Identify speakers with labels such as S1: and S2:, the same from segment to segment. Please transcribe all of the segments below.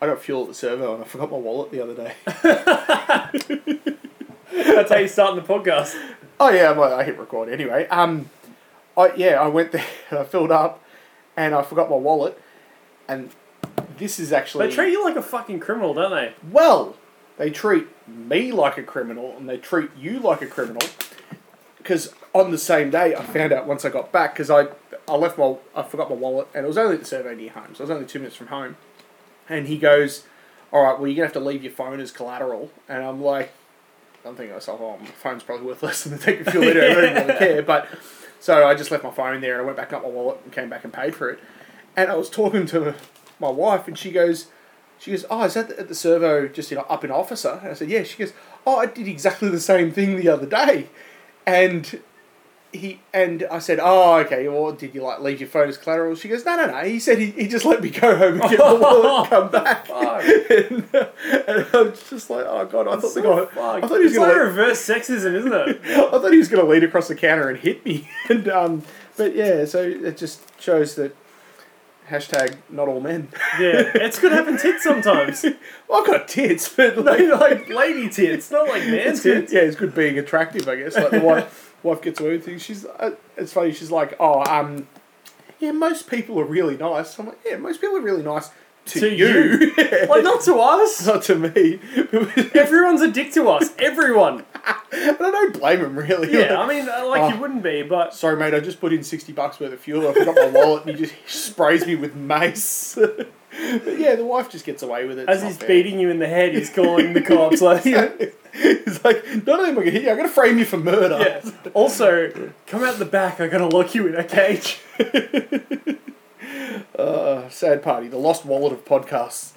S1: I got fuel at the servo and I forgot my wallet the other day.
S2: That's how you start the podcast.
S1: oh yeah, well, I hit record anyway. Um, I yeah, I went there and I filled up, and I forgot my wallet, and this is actually
S2: They treat you like a fucking criminal, don't they?
S1: well. They treat me like a criminal and they treat you like a criminal, because on the same day I found out once I got back because I I left my I forgot my wallet and it was only at the survey near home, so I was only two minutes from home, and he goes, "All right, well you're gonna have to leave your phone as collateral," and I'm like. I'm thinking to myself, oh, my phone's probably worth less than the tank of fuel later. I don't really care. But so I just left my phone there and I went back up my wallet and came back and paid for it. And I was talking to my wife and she goes, she goes, oh, is that at the servo just in, up in Officer? And I said, yeah. She goes, oh, I did exactly the same thing the other day. And he and I said, oh, okay. Well, did you like leave your phone as collateral? She goes, no, no, no. He said he, he just let me go home and get my wallet and come back.
S2: Fuck.
S1: and, and I was just like, oh god, I thought the guy, I thought he was
S2: it's like
S1: gonna,
S2: reverse sexism, isn't it?
S1: I thought he was gonna lean across the counter and hit me, and um, but yeah, so it just shows that hashtag not all men.
S2: yeah, it's good happen tits sometimes.
S1: Well, I've got tits, but
S2: No,
S1: like,
S2: like lady tits, not like man
S1: it's good,
S2: tits.
S1: yeah, it's good being attractive, I guess. Like the wife, wife gets away with things. She's, uh, it's funny. She's like, oh, um, yeah, most people are really nice. I'm like, yeah, most people are really nice to,
S2: To
S1: you,
S2: Like not to us.
S1: not to me. and
S2: Everyone's a dick to us. Everyone.
S1: I don't blame him really. Like,
S2: Yeah, I mean, uh, like
S1: Oh.
S2: you wouldn't be, but
S1: Sorry, mate, I just put in 60 bucks worth of fuel. I forgot my wallet and he just sprays me with mace. but yeah, the wife just gets away with it.
S2: as
S1: It's
S2: he's
S1: not fair.
S2: beating you in the head, he's calling the cops. Like, yeah.
S1: He's like, not only am I going to hit you, I'm going to frame you for murder.
S2: Also, come out the back. I'm gonna lock you in a cage.
S1: Uh, sad party, the lost wallet of podcasts.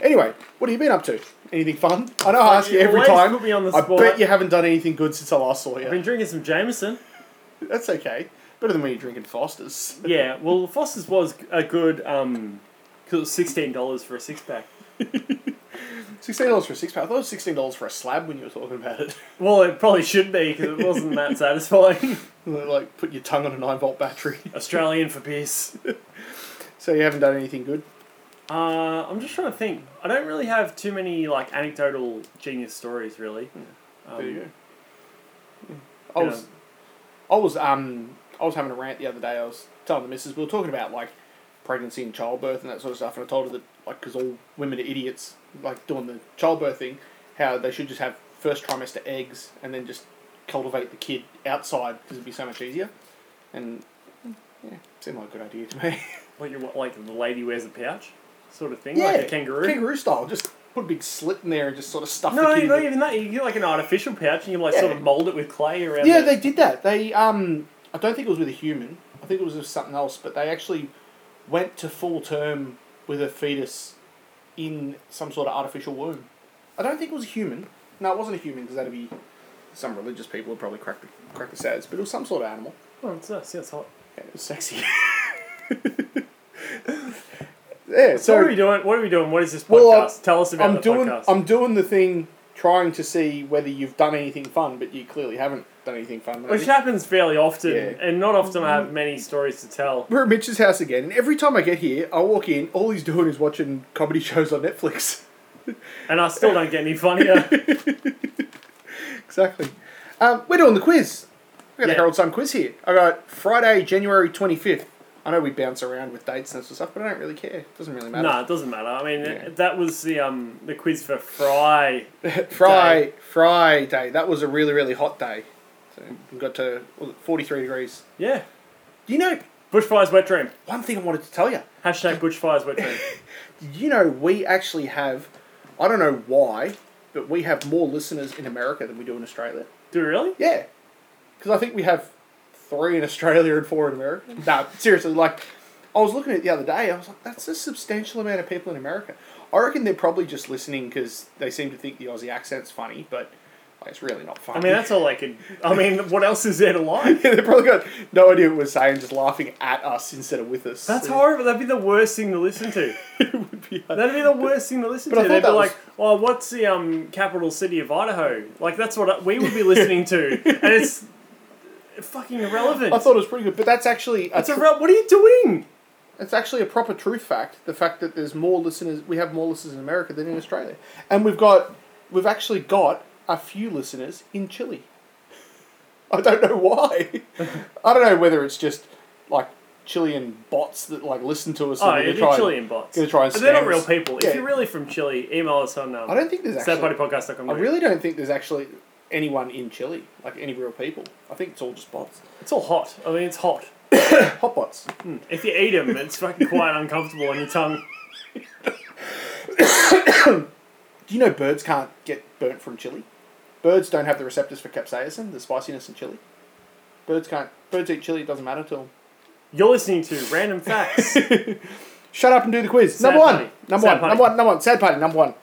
S1: Anyway, what have you been up to? Anything fun? I know I ask you
S2: You
S1: every
S2: always
S1: time.
S2: put me on the
S1: I
S2: spot.
S1: bet you haven't done anything good since I last saw
S2: I've
S1: you.
S2: been drinking some Jameson.
S1: That's okay. Better than when you're drinking Foster's.
S2: Yeah, well, Foster's was a good um, cause it was sixteen dollars for a six pack.
S1: $16 for a six pack. I thought it was $16 for a slab when you were talking about it.
S2: Well, it probably should be because it wasn't that satisfying.
S1: like, put your tongue on a 9 volt battery.
S2: Australian for peace.
S1: So you haven't done anything good?
S2: Uh, I'm just trying to think. I don't really have too many like anecdotal genius stories, really. Um,
S1: Hmm. there you go. I was, I was, um, I was having a rant the other day. I was telling the missus we were talking about like pregnancy and childbirth and that sort of stuff, and I told her that like because all women are idiots, like doing the childbirth thing, how they should just have first trimester eggs and then just cultivate the kid outside because it'd be so much easier. And yeah, seemed like a good idea to me.
S2: What you want, like the lady wears a pouch, sort of thing,
S1: yeah,
S2: like a kangaroo.
S1: kangaroo style. Just put a big slit in there and just sort of stuff.
S2: No,
S1: the kid in
S2: not
S1: the-
S2: even that. You get like an artificial pouch, and you like sort
S1: Yeah.
S2: of mold it with clay around.
S1: Yeah,
S2: the-
S1: they did that. They um, I don't think it was with a human. I think it was with something else. But they actually went to full term with a fetus in some sort of artificial womb. I don't think it was a human. No, it wasn't a human because that'd be some religious people would probably crack the crack the sads. But it was some sort of animal.
S2: Oh, it's nice. Yeah, it's hot.
S1: Yeah, it was sexy. yeah.
S2: So, what are
S1: So
S2: we doing? What are we doing? What is this podcast?
S1: Well, uh,
S2: Tell us about
S1: I'm
S2: the
S1: doing
S2: podcast.
S1: I'm doing the thing, trying to see whether you've done anything fun. But you clearly haven't done anything fun.
S2: Which happens fairly often,
S1: Yeah.
S2: and not often I have many stories to tell.
S1: We're at Mitch's house again, and every time I get here, I walk in, all he's doing is watching comedy shows on Netflix.
S2: And I still don't get any funnier.
S1: exactly. Um, we're doing the quiz. We got the
S2: Yeah.
S1: Herald Sun quiz here. I got Friday, January 25th. I know we bounce around with dates and that sort of stuff, but I don't really care. It doesn't really matter.
S2: no, it doesn't matter. I mean,
S1: Yeah.
S2: that was the um the quiz for Fry.
S1: Fry, Friday. That was a really, really hot day. So we got to what was it, 43 degrees.
S2: Yeah,
S1: You know,
S2: bushfire's wet dream.
S1: one thing I wanted to tell you.
S2: Hashtag bushfire's wet dream.
S1: You know, we actually have, I don't know why, but we have more listeners in America than we do in Australia.
S2: Do we really?
S1: Yeah, because I think we have three in Australia and four in America. no, seriously, like I was looking at it the other day, I was like, that's a substantial amount of people in America. I reckon they're probably just listening because they seem to think the Aussie accent's funny, but like, it's really not funny.
S2: I mean, that's all I can. I mean, what else is there to like?
S1: they probably got no idea what we're saying, just laughing at us instead of with us.
S2: That's horrible. That'd be the worst thing to listen to.
S1: it would be.
S2: That'd be the worst thing to listen
S1: But I
S2: to.
S1: thought
S2: They'd be
S1: that was-
S2: like, "Well, what's the um capital city of Idaho?" Like that's what I, we would be listening to, and it's fucking irrelevant.
S1: I thought it was pretty good, but that's actually a
S2: That's
S1: tr-
S2: irre- What are you doing?
S1: It's actually a proper truth fact. The fact that there's more listeners, we have more listeners in America than in Australia, and we've got, we've actually got a few listeners in Chile. I don't know why. I don't know whether it's just like Chilean bots that like listen to us.
S2: Oh,
S1: and
S2: you're
S1: gonna try and-
S2: Chilean bots.
S1: gonna try and
S2: They're not
S1: scam
S2: real
S1: us.
S2: people.
S1: Yeah.
S2: If you're really from Chile, email us on um,
S1: I don't think there's actually.
S2: sadbodypodcast.com.
S1: I really don't think there's actually anyone in Chile, like any real people. I think it's all just bots,
S2: It's all hot. I mean, it's hot.
S1: hot bots.
S2: If you eat them, it's fucking quite uncomfortable on your tongue.
S1: Do you know birds can't get burnt from chili? Birds don't have the receptors for capsaicin, the spiciness in chili. Birds can't. Birds eat chili. It doesn't matter to them.
S2: You're listening to Random Facts.
S1: Shut up and do the quiz.
S2: Sad
S1: number one.
S2: party.
S1: Number
S2: Sad
S1: one.
S2: party.
S1: Number one. Number one. Sad party. Number one.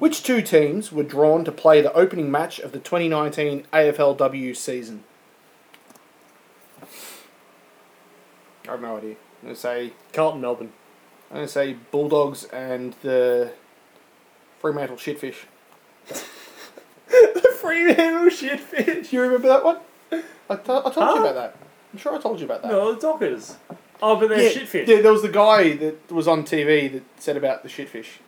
S1: Which two teams were drawn to play the opening match of the 2019 AFLW season? I have no idea. I'm gonna say.
S2: Carlton, Melbourne.
S1: I'm gonna say Bulldogs and the Fremantle Shitfish.
S2: The Fremantle shitfish.
S1: Do you remember that one? I to- I told
S2: Huh?
S1: you about that. I'm sure I told you about that.
S2: No, the Dockers. Oh, but
S1: yeah,
S2: they're shitfish.
S1: Yeah, there was the guy that was on TV that said about the shitfish.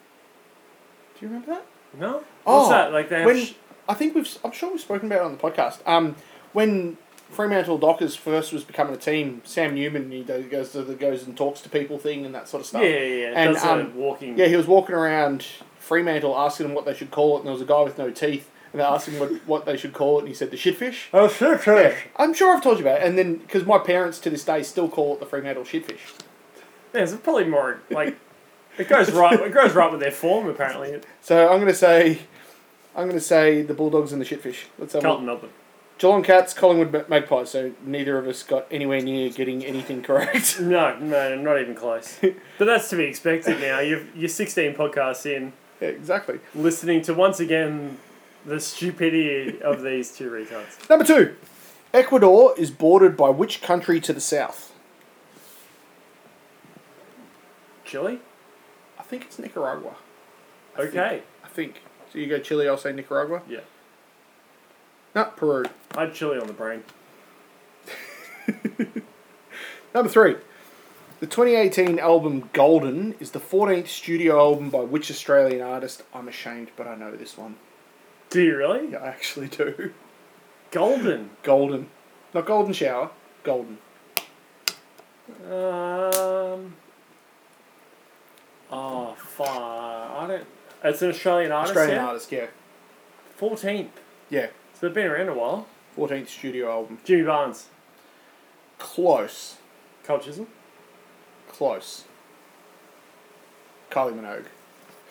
S1: Do you remember that?
S2: No?
S1: Oh,
S2: What's that? Like they have
S1: when
S2: sh-
S1: I think we've, I'm sure we've spoken about it on the podcast. Um, when Fremantle Dockers first was becoming a team, Sam Newman he do- goes to the goes and talks to people thing and that sort of
S2: Yeah,
S1: stuff.
S2: yeah, yeah.
S1: Oh. And,
S2: That's a
S1: um,
S2: walking.
S1: Yeah, he was walking around Fremantle asking them what they should call it, and there was a guy with no teeth, and they asked him what, what they should call it, and he said the shitfish.
S2: Oh, shitfish.
S1: Yeah, I'm sure I've told you about it, and then because my parents to this day still call it the Fremantle shitfish.
S2: Yeah, it's probably more like it goes right. It goes right with their form apparently.
S1: So I'm gonna say, I'm gonna say the Bulldogs and the shitfish. Let's have a look.
S2: Carlton, Melbourne.
S1: Geelong Cats, Collingwood Ma- Magpies. So neither of us got anywhere near getting anything correct.
S2: No, no, not even close. but that's to be expected now. You've, you're 16 podcasts in,
S1: yeah, exactly.
S2: listening to once again the stupidity of these two retards.
S1: Number two, Ecuador is bordered by which country to the south?
S2: Chile?
S1: I think it's Nicaragua.
S2: Okay.
S1: I think. So you go Chile, I'll say Nicaragua.
S2: Yeah.
S1: No, Peru.
S2: I had Chile on the brain.
S1: Number three. The 2018 album Golden is the 14th studio album by which Australian artist? I'm ashamed, but I know this one.
S2: Do you really?
S1: Yeah, I actually do.
S2: Golden.
S1: Golden. Not Golden Shower, Golden.
S2: Um. Oh, fuck. I don't. It's an Australian artist.
S1: Australian
S2: yeah?
S1: artist, yeah.
S2: 14th.
S1: Yeah,
S2: So they've been around a while.
S1: 14th studio album.
S2: Jimmy Barnes.
S1: Close.
S2: Cole Chisholm.
S1: Close. Kylie Minogue.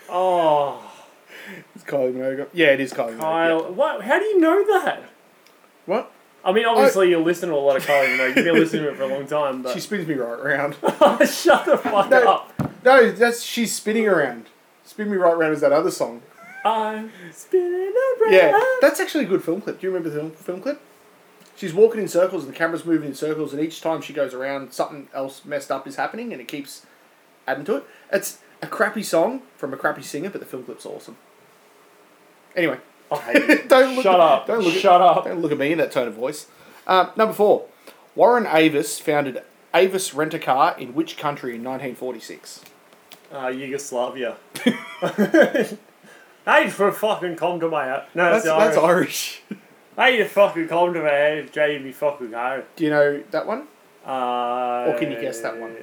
S2: Oh,
S1: It's Kylie Minogue. Yeah, it is Kylie Minogue.
S2: Kyle. What? How do you know that?
S1: yeah. What?
S2: I mean, obviously, you're listening to a lot of Kylie Minogue. You've been listening to it for a long time, but.
S1: She spins me right around.
S2: Shut the fuck
S1: No.
S2: up.
S1: no, that's she's spinning around. Spin me right round is that other song.
S2: I'm spinning around.
S1: Yeah, that's actually a good film clip. Do you remember the film, film clip? She's walking in circles and the camera's moving in circles, and each time she goes around, something else messed up is happening, and it keeps adding to it. It's a crappy song from a crappy singer, but the film clip's awesome. Anyway,
S2: I hate you.
S1: Don't look
S2: Shut
S1: at-
S2: up.
S1: don't look at-
S2: Shut up.
S1: don't look at me in that tone of voice. Um, number four, Warren Avis founded Avis Rent a Car in which country in 1946?
S2: Uh, Yugoslavia. Hey, for fucking come to my house. No,
S1: That's,
S2: that's,
S1: that's
S2: Irish.
S1: Irish.
S2: Hey, you fucking come to my house, drive me fucking home.
S1: Do you know that one?
S2: Uh,
S1: Or can you guess that one?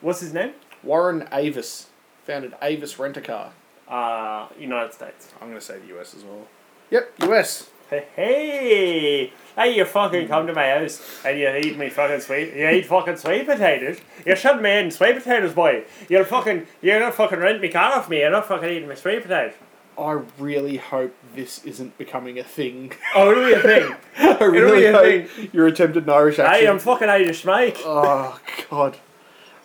S2: What's his name?
S1: Warren Avis founded Avis Rent a Car.
S2: Uh, United States.
S1: I'm going to say the US as well. Yep, US.
S2: Hey, hey, hey, you fucking come to my house and you eat me fucking sweet, you eat fucking sweet potatoes. You shut me in, sweet potatoes, boy. You're fucking, you're not fucking rent me car off me. You're not fucking eating my sweet potatoes.
S1: I really hope this isn't becoming a thing.
S2: Oh, it'll be a thing.
S1: I really
S2: be a
S1: hope your attempt at an Irish accent.
S2: hey, I'm fucking Irish, mate.
S1: Oh, God.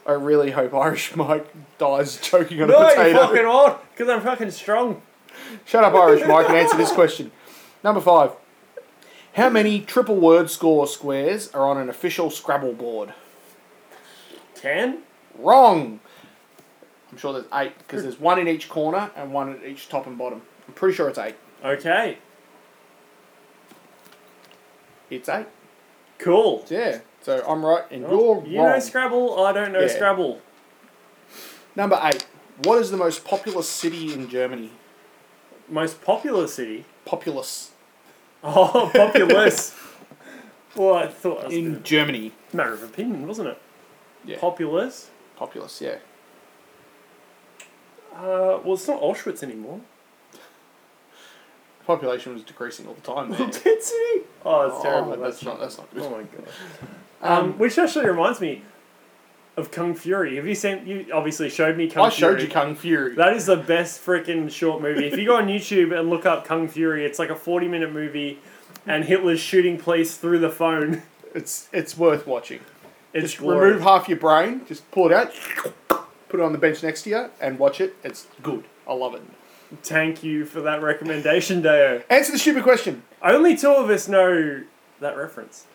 S1: I really hope Irish Mike dies choking on
S2: No,
S1: a
S2: you
S1: potato.
S2: fucking won't, because I'm fucking strong.
S1: Shut up, Irish Mike, and answer this question. Number five. How many triple word score squares are on an official Scrabble board?
S2: Ten?
S1: Wrong. I'm sure there's eight because there's one in each corner and one at each top and bottom. I'm pretty sure it's eight.
S2: Okay.
S1: It's eight.
S2: Cool.
S1: Yeah. So I'm right and
S2: Well,
S1: you're
S2: Oh, you
S1: wrong.
S2: know Scrabble? I don't know
S1: Yeah.
S2: Scrabble.
S1: Number eight. What is the most populous city in Germany?
S2: Most popular city.
S1: Populous
S2: Oh, populous. well, I thought it was
S1: in Germany.
S2: a matter of opinion, wasn't it?
S1: Yeah.
S2: Populous.
S1: populous. Yeah.
S2: Uh, well, it's not Auschwitz anymore.
S1: Population was decreasing all the time. There.
S2: Density. Oh, it's
S1: Oh,
S2: terrible.
S1: that's not. That's not good.
S2: Oh my god. Um, which actually reminds me of Kung Fury. Have you seen? You obviously showed me Kung
S1: I
S2: Fury.
S1: showed you Kung Fury.
S2: That is the best freaking short movie. If you go on YouTube and look up Kung Fury, it's like a 40 minute movie and Hitler's shooting police through the phone.
S1: It's it's worth watching.
S2: It's
S1: Just
S2: glorious.
S1: remove half your brain, just pull it out, put it on the bench next to you, and watch it. It's good. I love it.
S2: Thank you for that recommendation, Deo.
S1: Answer the stupid question.
S2: Only two of us know that reference.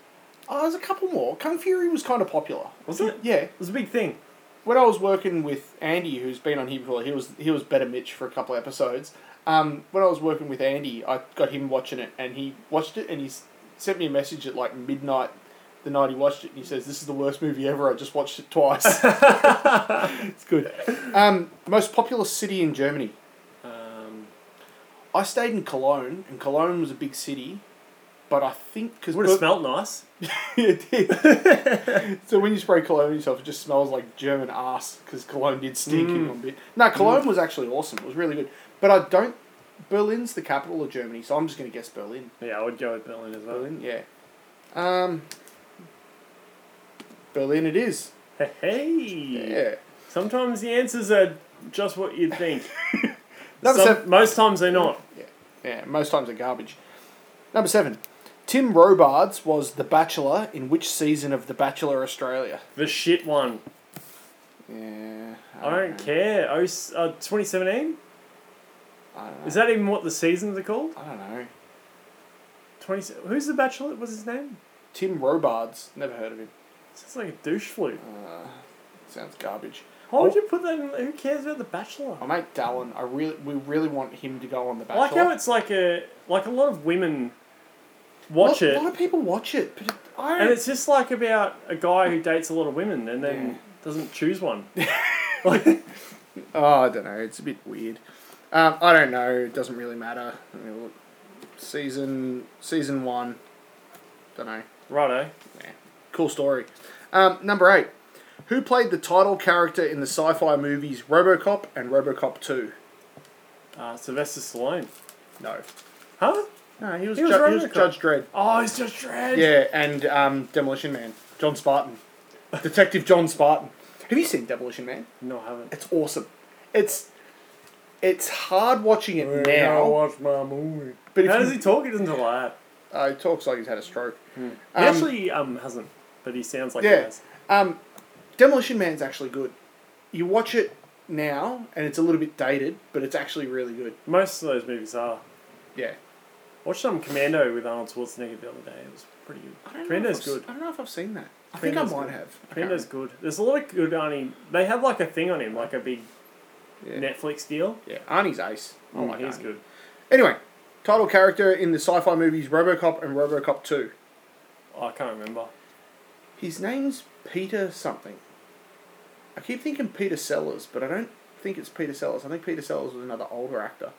S1: Oh, there's a couple more. Kung Fury was kind of popular.
S2: Was it? It
S1: Yeah.
S2: was a big thing.
S1: When I was working with Andy, who's been on here before, he was he was better Mitch for a couple episodes. Um, when I was working with Andy, I got him watching it, and he watched it, and he s- sent me a message at like midnight the night he watched it, and he says, "This is the worst movie ever. I just watched it twice. it's good." Um, most populous city in Germany.
S2: Um,
S1: I stayed in Cologne, and Cologne was a big city, but I think because
S2: would have smelt nice.
S1: it did. so when you spray cologne on yourself, it just smells like German ass because cologne did stink
S2: Mm.
S1: in one bit. No, cologne was actually awesome. It was really good, but I don't. Berlin's the capital of Germany, so I'm just gonna guess Berlin.
S2: Yeah, I would go with Berlin as well.
S1: Berlin, yeah. Um, Berlin, it is.
S2: Hey!
S1: Yeah.
S2: Sometimes the answers are just what you'd think.
S1: Number
S2: Some-
S1: seven.
S2: most times they're not.
S1: Yeah, most times they're garbage. Number seven. Tim Robards was The Bachelor in which season of The Bachelor Australia?
S2: The shit one.
S1: Yeah.
S2: I don't care. Oh, s- uh, 2017?
S1: I don't know.
S2: Is that even what the seasons are called?
S1: I don't know.
S2: 20, who's the bachelor? What's his name?
S1: Tim Robards. Never heard of him.
S2: Sounds like a douche flute.
S1: Uh, sounds garbage.
S2: Why would you put that in? Who cares about the bachelor?
S1: My mate Dallin, I really, we really want him to go on the
S2: I like how
S1: Bachelor.
S2: it's like a like a lot of women
S1: Lot-
S2: watch
S1: A lot
S2: it,
S1: of people watch it, but it- I
S2: and it's just like about a guy who dates a lot of women and then
S1: Yeah.
S2: doesn't choose one.
S1: oh, I don't know. It's a bit weird. Um, I don't know. It doesn't really matter. Let me look. Season season one. Don't know.
S2: Righto.
S1: Cool story. Um, number eight. Who played the title character in the sci-fi movies RoboCop and RoboCop Two?
S2: Uh, Sylvester Stallone.
S1: No.
S2: Huh?
S1: No, he was,
S2: He was
S1: Ju- he was
S2: RoboCop.
S1: Judge Dredd.
S2: Oh, he's just dread.
S1: Yeah, and um, Demolition Man, John Spartan, Detective John Spartan. Have you seen Demolition Man?
S2: No, I haven't.
S1: It's awesome. It's it's hard watching it now,
S2: watch my movie.
S1: but if
S2: How
S1: you,
S2: does he talk? He doesn't do that.
S1: uh, he talks like he's had a stroke.
S2: He
S1: Um,
S2: actually um, hasn't, but he sounds like he
S1: yeah.
S2: has.
S1: Um, Demolition Man's actually good. You watch it now, and it's a little bit dated, but it's actually really good.
S2: Most of those movies are.
S1: Yeah.
S2: Watched some Commando with Arnold Schwarzenegger the other day. It was pretty good. Commando's
S1: I don't know if I've s-
S2: good.
S1: I don't know if I've seen that. I
S2: Commando's
S1: think I might
S2: good.
S1: have. I can't
S2: Commando's good. There's a lot of good Arnie. They had like a thing on him, like a big
S1: remember.
S2: Netflix deal.
S1: Yeah. yeah, Arnie's ace. I
S2: Oh,
S1: like
S2: he's
S1: Arnie.
S2: good.
S1: Hmm, Anyway, title character in the sci-fi movies RoboCop and RoboCop Two.
S2: Oh, I can't remember.
S1: His name's Peter something. I keep thinking Peter Sellers, but I don't think it's Peter Sellers. I think Peter Sellers was another older actor.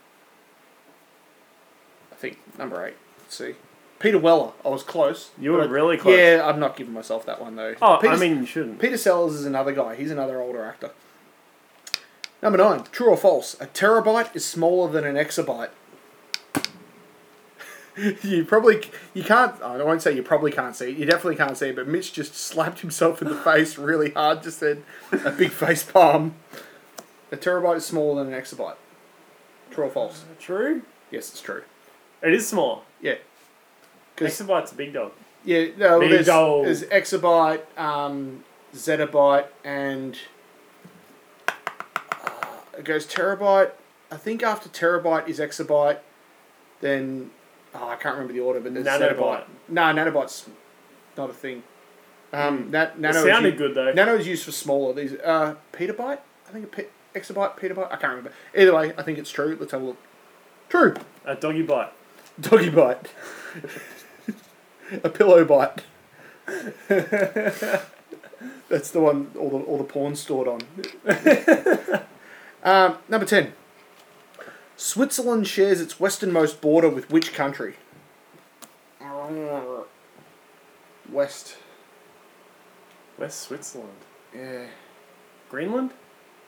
S1: I think number eight. Let's see. Peter Weller. I was close.
S2: You were
S1: But I-
S2: really close.
S1: Yeah, I'm not giving myself that one though.
S2: Oh,
S1: Peter,
S2: I mean, you shouldn't.
S1: Peter Sellers is another guy. He's another older actor. Number nine. True or false? A terabyte is smaller than an exabyte. you probably you can't. oh, I won't say you probably can't see. it. You definitely can't see. it, But Mitch just slapped himself in the face really hard. Just said a big face palm. A terabyte is smaller than an exabyte. True or false?
S2: True.
S1: Yes, it's true.
S2: It is small.
S1: Yeah. 'Cause-
S2: Exabite's a big dog.
S1: Yeah, no,
S2: Big
S1: there's,
S2: old-
S1: there's exabyte, um, zettabyte, and uh, it goes terabyte. I think after terabyte is exabyte, then oh, I can't remember the order, but there's
S2: Nanobyte.
S1: zettabyte. No, nanobyte's not a thing. Um, that
S2: Hmm. It
S1: nano is
S2: sounded
S1: u-
S2: good though.
S1: Nano is used for smaller. These uh, petabyte, I think a pe- exabyte, petabyte. I can't remember. Either way, I think it's true. Let's have a look. True.
S2: A doggy bite.
S1: Doggy bite. a pillow bite. That's the one all the all the porn stored on. um, number ten. Switzerland shares its westernmost border with which country? West.
S2: West Switzerland.
S1: Yeah.
S2: Greenland?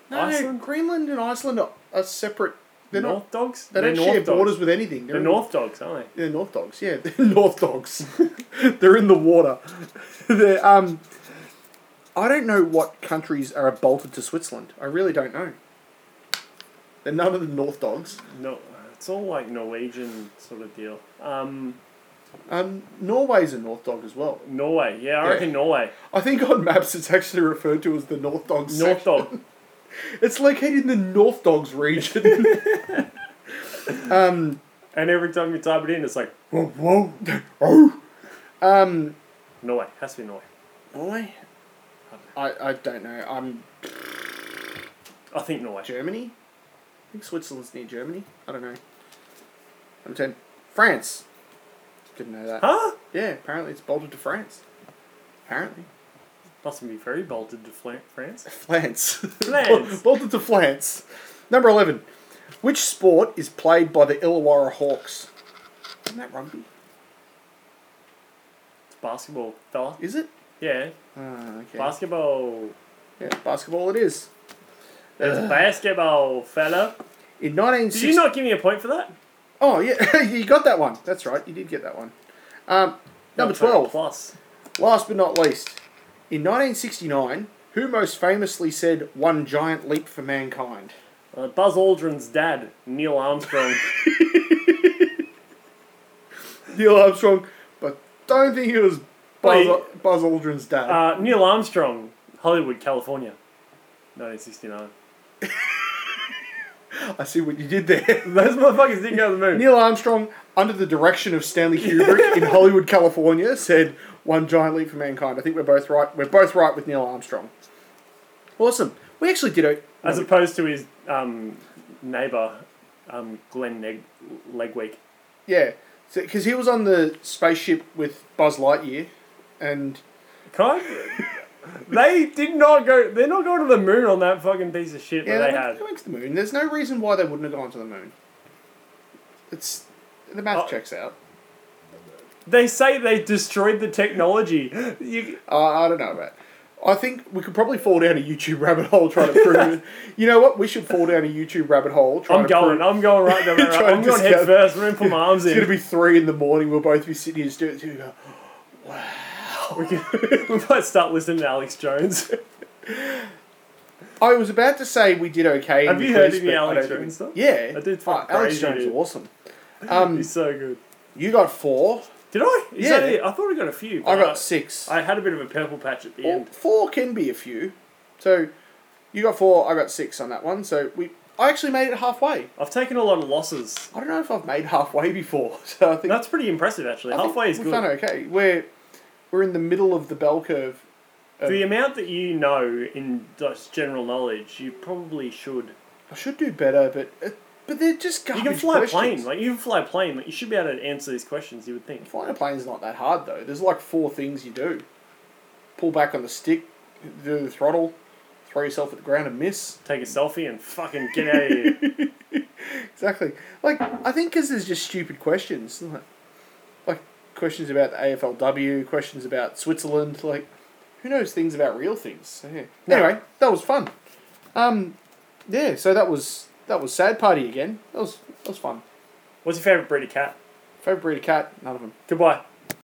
S1: No,
S2: Iceland?
S1: Greenland and Iceland are, are separate. They're
S2: North
S1: not.
S2: dogs?
S1: They
S2: They're
S1: don't
S2: North
S1: share
S2: dogs.
S1: borders with anything. They're
S2: They're
S1: in-
S2: North dogs, aren't they?
S1: They're North Dogs, yeah. They're North Dogs. They're in the water. They're, um, I don't know what countries are bolted to Switzerland. I really don't know. They're none of the North Dogs.
S2: No, it's all like Norwegian sort of deal. Um,
S1: Um, Norway's a North Dog as well.
S2: Norway. Yeah, I
S1: Yeah.
S2: reckon Norway.
S1: I think on maps it's actually referred to as the North Dogs.
S2: North
S1: section.
S2: dog.
S1: It's located in the North Dogs region. um,
S2: And every time you type it in, it's like
S1: whoa, whoa, oh. Um,
S2: Norway. Has to be Norway.
S1: Norway? I, I don't know. I'm
S2: I think Norway.
S1: Germany? I think Switzerland's near Germany. I don't know. Number 10. France. Didn't know that.
S2: Huh?
S1: Yeah, apparently it's bolted to France. Apparently.
S2: Must be very bolted to Fla- France.
S1: Flance.
S2: Flance.
S1: bolted to Flance. Number 11. Which sport is played by the Illawarra Hawks? Isn't that rugby?
S2: It's basketball, fella.
S1: Is it?
S2: Yeah,
S1: Ah, okay.
S2: basketball.
S1: yeah, basketball it is.
S2: That's basketball, fella.
S1: In
S2: Uh, Did
S1: 1960.
S2: you not give me a point for that?
S1: oh, yeah, you got that one. That's right, you did get that one. Um, number
S2: No, sorry,
S1: 12.
S2: Plus.
S1: Last but not least, in 1969, who most famously said one giant leap for mankind?
S2: Uh, Buzz Aldrin's dad, Neil Armstrong.
S1: Neil Armstrong, but don't think it was Buzz,
S2: Wait.
S1: Buzz Aldrin's dad.
S2: uh, Neil Armstrong, Hollywood, California, 1969.
S1: I see what you did there.
S2: Those motherfuckers didn't go to the moon.
S1: Neil Armstrong, under the direction of Stanley Kubrick in Hollywood, California, said one giant leap for mankind. I think we're both right. We're both right with Neil Armstrong. Awesome. We actually did it.
S2: As opposed to his um, neighbour, um, Glenn Neg- Legweek.
S1: yeah, because he was on the spaceship with Buzz Lightyear, and
S2: Can I? they did not go. They're not going to the moon on that fucking piece of shit
S1: Yeah,
S2: that
S1: they,
S2: they
S1: went-
S2: had.
S1: they went to the moon. There's no reason why they wouldn't have gone to the moon. It's the math
S2: Oh.
S1: checks out.
S2: They say they destroyed the technology. You,
S1: I I don't know about. I think we could probably fall down a YouTube rabbit hole trying to prove it. You know what? We should fall down a YouTube rabbit hole. Trying
S2: I'm
S1: to
S2: going.
S1: Prove,
S2: I'm going right there. Right,
S1: Trying
S2: I'm
S1: to
S2: going
S1: discover-
S2: head first. I'm gonna put my arms
S1: it's going to
S2: in.
S1: be three in the morning. We'll both be sitting here just doing. Go,
S2: We, can, we might start listening to Alex Jones.
S1: I was about to say we did okay. in
S2: Have you
S1: the
S2: heard
S1: quiz,
S2: any
S1: but I
S2: Alex
S1: don't
S2: Jones
S1: think-
S2: stuff?
S1: Yeah,
S2: I did
S1: Oh,
S2: fucking
S1: Alex
S2: crazy,
S1: Jones is
S2: dude.
S1: awesome. Um,
S2: He's so good.
S1: You got four.
S2: Did I? Is
S1: Yeah.
S2: that it? I thought I got a few.
S1: I
S2: but
S1: got six.
S2: I had a bit of a purple patch at the
S1: Well,
S2: end.
S1: four can be a few. So you got four, I got six on that one. So we, I actually made it halfway.
S2: I've taken a lot of losses.
S1: I don't know if I've made halfway before. So I think
S2: That's pretty impressive, actually.
S1: I think
S2: Halfway is
S1: we've
S2: good.
S1: done okay. We're we're in the middle of the bell curve.
S2: The amount that you know in just general knowledge, you probably should.
S1: I should do better, but uh, but they're just
S2: You
S1: garbage
S2: can fly a
S1: questions.
S2: plane. Like you can fly a plane. Like you should be able to answer these questions. You would think.
S1: Flying a plane's not that hard though. There's like four things you do: pull back on the stick, do the throttle, throw yourself at the ground and miss.
S2: Take a selfie and fucking get out of here.
S1: Exactly. Like I think because there's just stupid questions, like, like questions about the AFLW, questions about Switzerland. Like, who knows things about real things? So, yeah. Anyway, that was fun. Um, yeah. So that was that was sad party again. That was that was fun.
S2: What's your favorite breed of cat?
S1: Favorite breed of cat? None of them.
S2: Goodbye.